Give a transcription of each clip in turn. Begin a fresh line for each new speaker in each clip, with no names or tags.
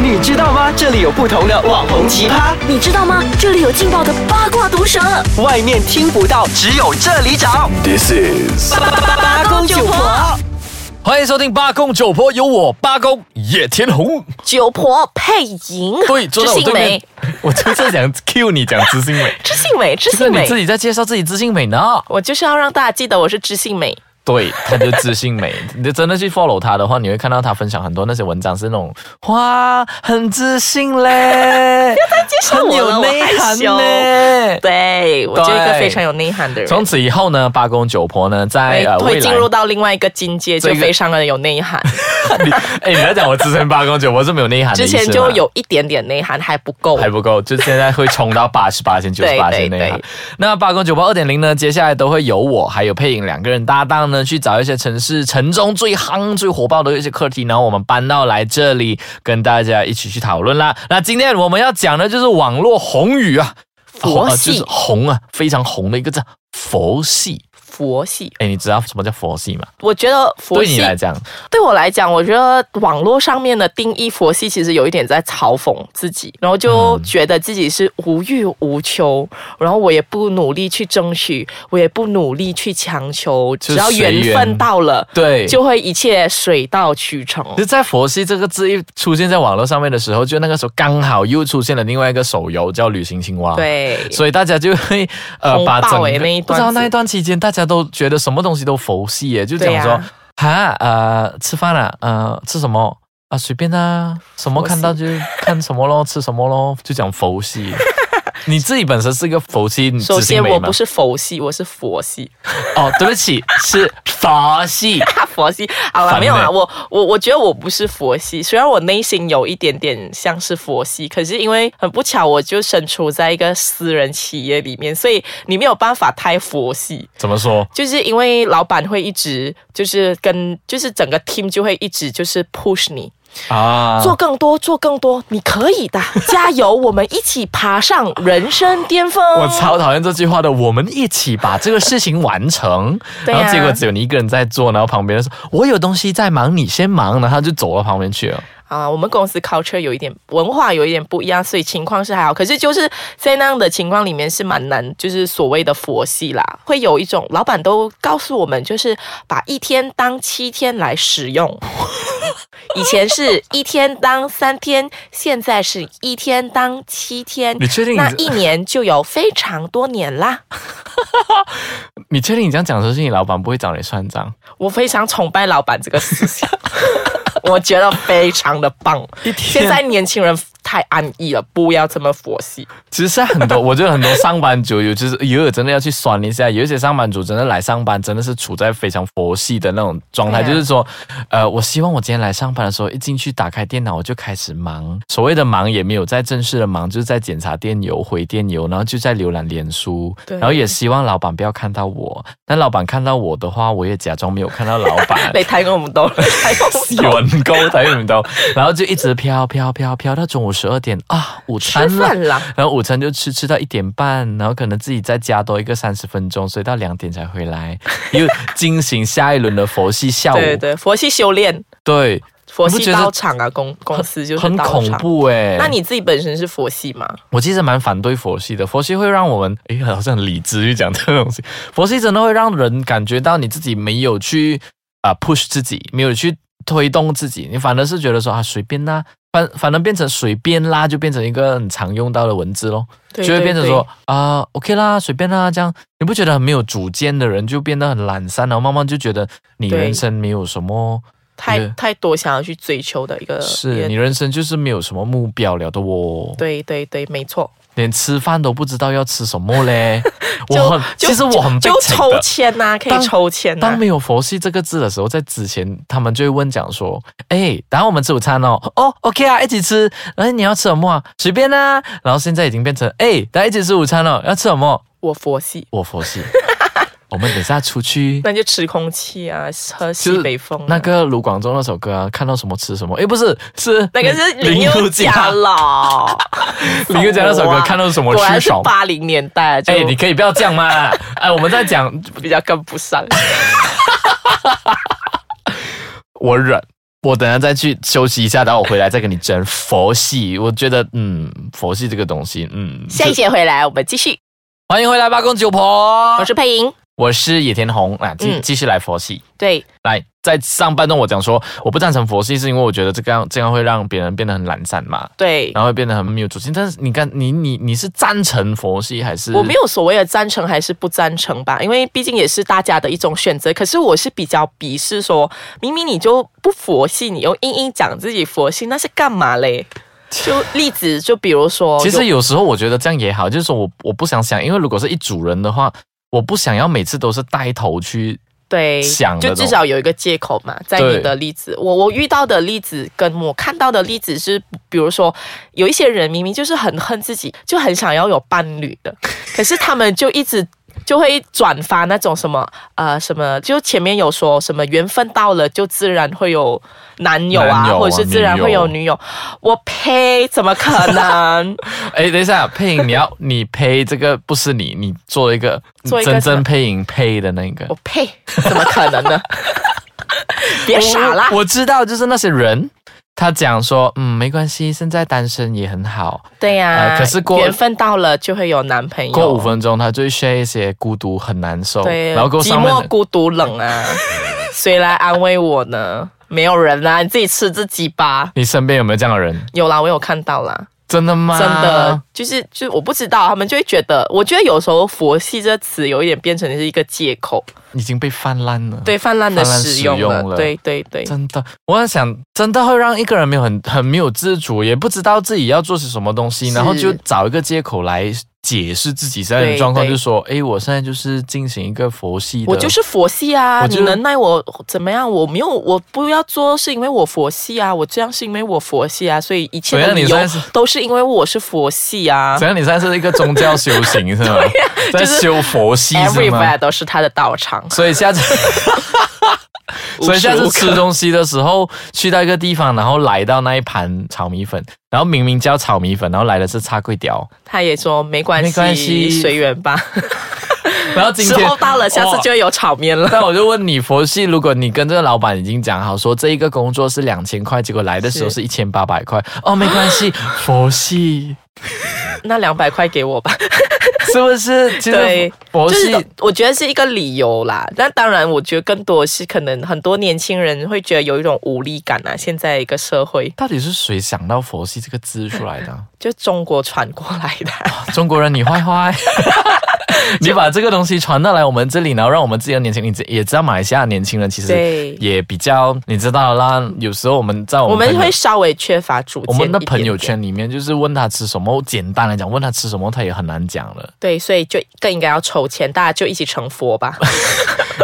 你知道吗？这里有不同的网红奇葩，
你知道吗？这里有劲爆的八卦毒舌，
外面听不到，只有这里找。
This is
八八八八公九婆，
欢迎收听八公九婆，有我八公野田 红。
九婆配银，
对，坐
知
在我
性
对面
美，，
我就是想 cue 你讲知性美，
知性美，
这
知
个
性
你自
美。
己在介绍自己知性美呢。
我就是要让大家记得我是知性美，
对，她就知性 美。你真的去 follow 她的话，你会看到她分享很多那些文章，是那种哇，很知性 嘞，
介绍
很
我了，
有
我
内
害
涵
羞。
嘞。
对，我就一个
对
非常有内涵的人。
从此以后呢，八公九婆呢，在
会
呃未
会进
来
入到另外一个境界，
这
就
个
非常的有内 涵。
你哎，你在讲我资深八公九，我是没有内涵的
之
意思嘛
前就有一点点内涵，还不够。
还不够，就现在会冲到八十八千、九十
对
八
对
千那样
对。
那八公九八二点零呢？接下来都会由我还有配音两个人搭档呢，去找一些城市城中最夯、最火爆的一些课题，然后我们搬到来这里跟大家一起去讨论啦。那今天我们要讲的就是网络红语啊，
佛
啊
系
就是红啊，非常红的一个字，佛系。
佛系，
哎，你知道什么叫佛系吗？
我觉得佛
对
系
你来讲，
对我来讲，我觉得网络上面的定义佛系，其实有一点在嘲讽自己，然后就觉得自己是无欲无求，然后我也不努力去争取，我也不努力去强求，
就
只要缘分到了，
对，
就会一切水到渠成。
就在“佛系”这个字一出现在网络上面的时候，就那个时候刚好又出现了另外一个手游叫《旅行青蛙》。。
对，
所以大家就会呃
红
把
爆
整
欸
个
那一
不
段
知道
子
那一段期间，大家都觉得什么东西都佛系耶，就
对啊
讲
呀
说哈呃吃饭了、呃吃什么啊随便啊，什么
佛
看到就看什么 咯，吃什么咯，就讲佛系。你自己本身是一个佛系，你
首
知性
先
美
我
吗
不是佛系，我是佛系，
哦，对不起，是佛系。
大佛系。好了，
烦
没有啦，
欸
我我我觉得我不是佛系，虽然我内心有一点点像是佛系，可是因为很不巧，我就身处在一个私人企业里面，所以你没有办法太佛系。
怎么说？
就是因为老板会一直就是跟就是整个 team 就会一直就是 push 你
啊，
做更多做更多，你可以 的，加油，我们一起爬上人生巅峰。
我超讨厌这句话的。我们一起把这个事情完成，
对啊
然后结果只有你一个人在做，然后旁边人说：“我有东西在忙，你先忙。”然后他就走到旁边去了。
啊，我们公司 culture 有一点文化有一点不一样，所以情况是还好。可是就是在那样的情况里面是蛮难，就是所谓的佛系啦，会有一种老板都告诉我们，就是把一天当七天来使用。 以前是一天当三天，现在是一天当七天。
你确定你
那一年就有非常多年啦。
你确定你这样讲的时候，是你老板不会找你算账？
我非常崇拜老板这个思想， 我觉得非常的棒。现在年轻人太安逸了，不要这么佛系。
其实很多，我觉得很多上班族，有就是有有真的要去酸一下。有一些上班族真的来上班，真的是处在非常佛系的那种状态，
对啊
就是说，呃，我希望我今天来上班的时候，一进去打开电脑我就开始忙。所谓的忙也没有在正式的忙，就是在检查电邮、回电邮，然后就在浏览脸书，
对。
然后也希望老板不要看到我。那老板看到我的话，我也假装没有看到老板
你睇我唔到，你睇我唔到。
完高睇唔到，然后就一直飘飘飘飘到中午十二点啊，午餐
吃
了
饭。啦，
然后午餐就吃吃到一点半，然后可能自己再加多一个三十分钟，所以到两点才回来，又 进行下一轮的佛系下午。
对对，佛系修炼，
对
佛
你不
系
觉得
道场啊，公公司就是
很
道场
恐。怖哎、
那你自己本身是佛系吗？
我其实蛮反对佛系的，佛系会让我们诶好像很理智去讲这个东西， 佛系真的会让人感觉到你自己没有去啊、push 自己，没有去推动自己，你反而是觉得说啊随便啦。反反而变成随便啦，就变成一个很常用到的文字咯。
对
就会
对
变成
对
说啊、o k 啦，随便啦，这样你不觉得很没有主见的人就变得很懒散，然啊后慢慢就觉得你
对
人生没有什么，
太
对
太多想要去追求的一个，一
是
个
你人生就是没有什么目标了的哦，
对对对，没错。
连吃饭都不知道要吃什么 嘞。我很，
就
其实我很被
就
请
抽
的。
签啊呐、可以
当
抽签呐、
当没有“佛系”这个字的时候，在之前他们就会问讲说：“哎，等下我们吃午餐哦，哦，OK 啊，一起吃。哎，你要吃什么啊？随便啦、然后现在已经变成：“哎，大家一起吃午餐哦，要吃什么？
我佛系，
我佛 系。我们等下出去
那就吃空气啊，喝
就
西
是
北风啊、
那个卢广仲那首歌啊，看到什么吃什么。诶，不是，是
那个是林宥嘉啦，
林宥嘉那首
什么
歌
啊
看到什 么
果然
吃
是
什么。
八零年代，就
哎，你可以不要这样嘛！哎，我们在讲，
比较跟不上。
我忍，我等下再去休息一下，然后我回来再跟你争佛系。我觉得，嗯，佛系这个东西，嗯，
下一节回来我们继续，
欢迎回来八公九婆，
我是配音，
我是野田红啊，继
嗯
继续来佛系。
对，
来，在上半段我讲说我不赞成佛系，是因为我觉得这个样这样会让别人变得很懒散嘛，
对，
然后会变得很没有主见。但是你看，你你你是赞成佛系还是？
我没有所谓的赞成还是不赞成吧，因为毕竟也是大家的一种选择。可是我是比较鄙视说，明明你就不佛系，你又硬硬讲自己佛系，那是干嘛嘞？就例子，就比如 说，
其
有
实有时候我觉得这样也好，就是说我我不想想，因为如果是一组人的话，我不想要每次都是带头去。
对，
想的
就
东
至少有一个借口嘛。在
对
你的例子，我我遇到的例子跟我看到的例子是，比如说有一些人明明就是很恨自己，就很想要有伴侣 的，可是他们就一直。就会转发那种什么呃什么，就前面有说什么缘分到了就自然会有男友啊，
男友啊
或者是自然会有女友。我呸，怎么可能？
哎，等一下，配音你要你配这个不是你，你做一个
做一个
真
什
正
么
配音配的那个
我。呸，怎么可能呢？ 别傻啦！
我我知道，就是那些人，他讲说，嗯，没关系，现在单身也很好。
对呀、
呃可是过
缘分到了就会有男朋友，
过五分钟，他就会 share 一些孤独很难受，
对，
然后过
寂
上面
寞
的
孤独 冷啊，谁来安慰我呢？没有人啦、你自己吃自己吧。
你身边有没有这样的人？
有啦，我有看到啦，
真的吗？
真的，就是就是我不知道，他们就会觉得，我觉得有时候“佛系”这词有一点变成是一个借口，
已经被泛滥了。，
对泛滥的
泛滥
使用
使用
了，
了
对对对，
真的，我在想，真的会让一个人没有很很没有自主，也不知道自己要做些什么东西，
是
然后就找一个借口来解释自己现在的
对
状况，
对
就说，哎，我现在就是进行一个佛系的，
我就是佛系啊，
我
你
就
能奈我怎么样？我没有，我不要做是因为我佛系啊，我这样是因为我佛系啊，所以一切
对啊
的
你
理由
现在是
都是因为我是佛系啊
怎。样？你现在是一个宗教修行是吗？ 在
就是
修佛系是吗
Everywhere？都是他的道场，
所以 下次，所以下次
无时无
吃
刻
东西的时候，去到一个地方，然后来到那一盘炒米粉，然后明明叫炒米粉，然后来的是叉贵屌，
他也说没关系，
没关系
随缘吧。
然后今
时
天
候到了，下次
哇
就会有炒面 了。
那我就问你，佛系，如果你跟这个老板已经讲好说这一个工作是两千块，结果来的时候
是
是一千八百块，哦，没关 系，佛系
那两百块给我吧，
是不是？其实
对
佛
就
系
是我觉得是一个理由啦。但当然，我觉得更多是可能很多年轻人会觉得有一种无力感啊。现在一个社会，
到底是谁想到佛系这个字出来的 啊？
就中国传过来的。
中国人，你坏坏。 你把这个东西传到来我们这里，然后让我们自己的年轻人也知道，马来西亚的年轻人其实
对
也比较，你知道啦。有时候我们在我
我
们
们
哦朋友
会稍微缺乏主见
我们的
一点
朋友
点
圈里面，就是问他吃什么，简单来讲，问他吃什么，他也很难讲了。
对，所以就更应该要筹钱，大家就一起成佛 吧。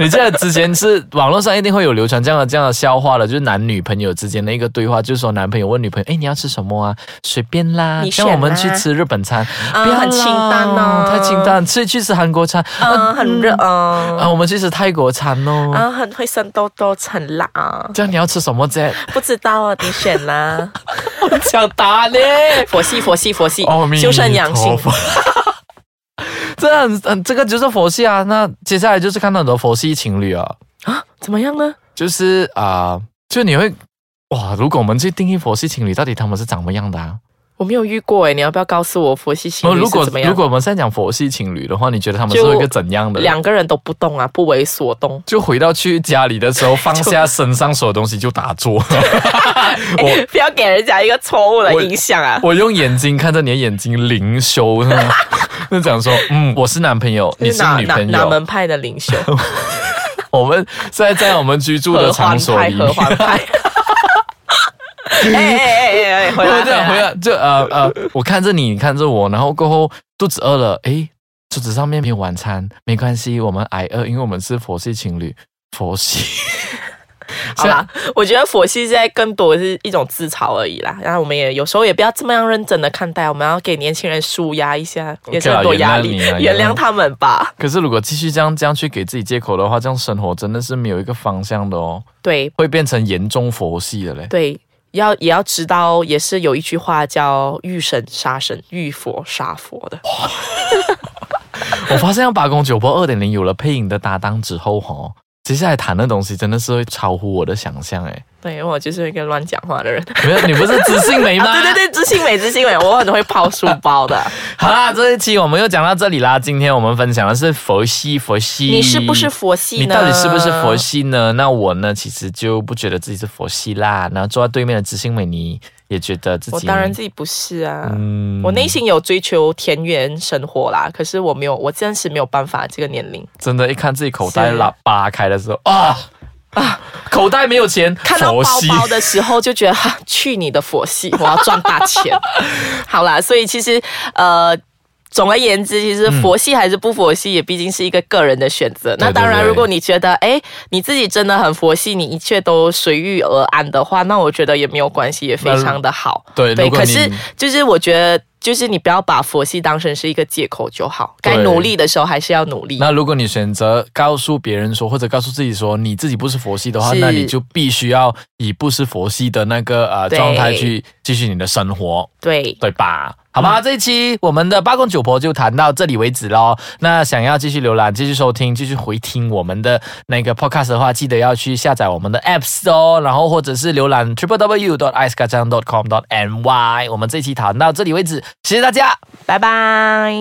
你记得之前是网络上一定会有流传这样的这样的笑话的，就是男女朋友之间的一个对话，就是说男朋友问女朋友：“哎，你要吃什么啊？随便啦，
你选
像
啦
我们去吃日本餐，
啊
不要啦
很清淡哦
太清淡，吃去吃韩国餐，
嗯，很热
啊，
啊，
我们去吃泰国餐哦。
啊，很会生痘痘，很辣啊，
这样你要吃什么啫？
不知道啊，你选啦。
想打呢？
佛系，佛系，佛系
哦阿弥，
修身养性
陀。佛这很很这个就是佛系啊。那接下来就是看到很多佛系情侣啊，
怎么样呢？
就是啊、就你会哇，如果我们去定义佛系情侣，到底他们是长什么样的啊？
我没有遇过哎，你要不要告诉我佛系情
哦
侣
如
是
果
怎么样
如？果我们现在讲佛系情侣的话，你觉得他们是
就
一个怎样的人？
两个人都不动啊，不为所动。
就回到去家里的时候，放下身上所有东西就打坐。我
不要给人家一个错误的
我
影响啊！
我用眼睛看着你的眼睛灵修，是吗就讲说，嗯，我是男朋友，你是
哪
女
哪
朋
哪
友。
门派的领袖？
我们现在在我们居住的
合
场
欢
所
派，
里面
合，欢派。哎哎哎哎哎，回来
我这样回来就呃呃，我看着你，你看着我，然后过后肚子饿了，诶，桌子上面没有晚餐，没关系，我们挨饿，因为我们是佛系情侣，佛系。
好啦，我觉得佛系现在更多是一种自嘲而已啦。然后我们也有时候也不要这么样认真的看待，我们要给年轻人舒压一下，也是很多压力，
原谅你啊
原谅他们吧。
可是如果继续这样这样去给自己借口的话，这样生活真的是没有一个方向的哦，
对
会变成严重佛系的嘞。
对，要也要知道，也是有一句话叫“遇神杀神，遇佛杀佛”的。
我发现八公九婆二点零有了配音的搭档之后哦，接下来谈的东西真的是会超乎我的想象诶。
对我就是一个乱讲话的人。
没有，你不是知性美吗？
啊， 对对对，知性美，知性美，我很会抛书包的。
好啦，这一期我们又讲到这里啦。今天我们分享的是佛系，佛系，
你是不是佛系呢
你到底是不是佛系呢？那我呢，其实就不觉得自己是佛系啦。然后坐在对面的知性美，你也觉得自己
我当然自己不是啊，
嗯
我内心有追求田园生活啦，可是我没有，我暂时没有办法这个年龄。
真的，一看自己口袋
是
喇叭开的时候啊啊，口袋没有钱，
看到
佛
包
系。
包的时候就觉得，哈去你的佛系，我要赚大 钱。好啦，所以其实呃。总而言之，其实佛系还是不佛系，也毕竟是一个个人的选择。那当
嗯
然，
对对
如果你觉得哎，你自己真的很佛系，你一切都随遇而安的话，那我觉得也没有关系，也非常的好。
对
对，
如果
可
你
是就是我觉得，就是你不要把佛系当成是一个借口就好，该
对
努力的时候还是要努力。
那如果你选择告诉别人说，或者告诉自己说你自己不是佛系的话，
是
那你就必须要以不是佛系的那个呃
对
状态去继续你的生活。
对，
对吧？好吧，这一期我们的八公九婆就谈到这里为止喽。那想要继续浏览、继续收听、继续回听我们的那个 podcast 的话，记得要去下载我们的 apps 哦，然后或者是浏览 triple w dot i c e k a c a n g dot com dot ny。我们这一期谈到这里为止，谢谢大家。
拜拜。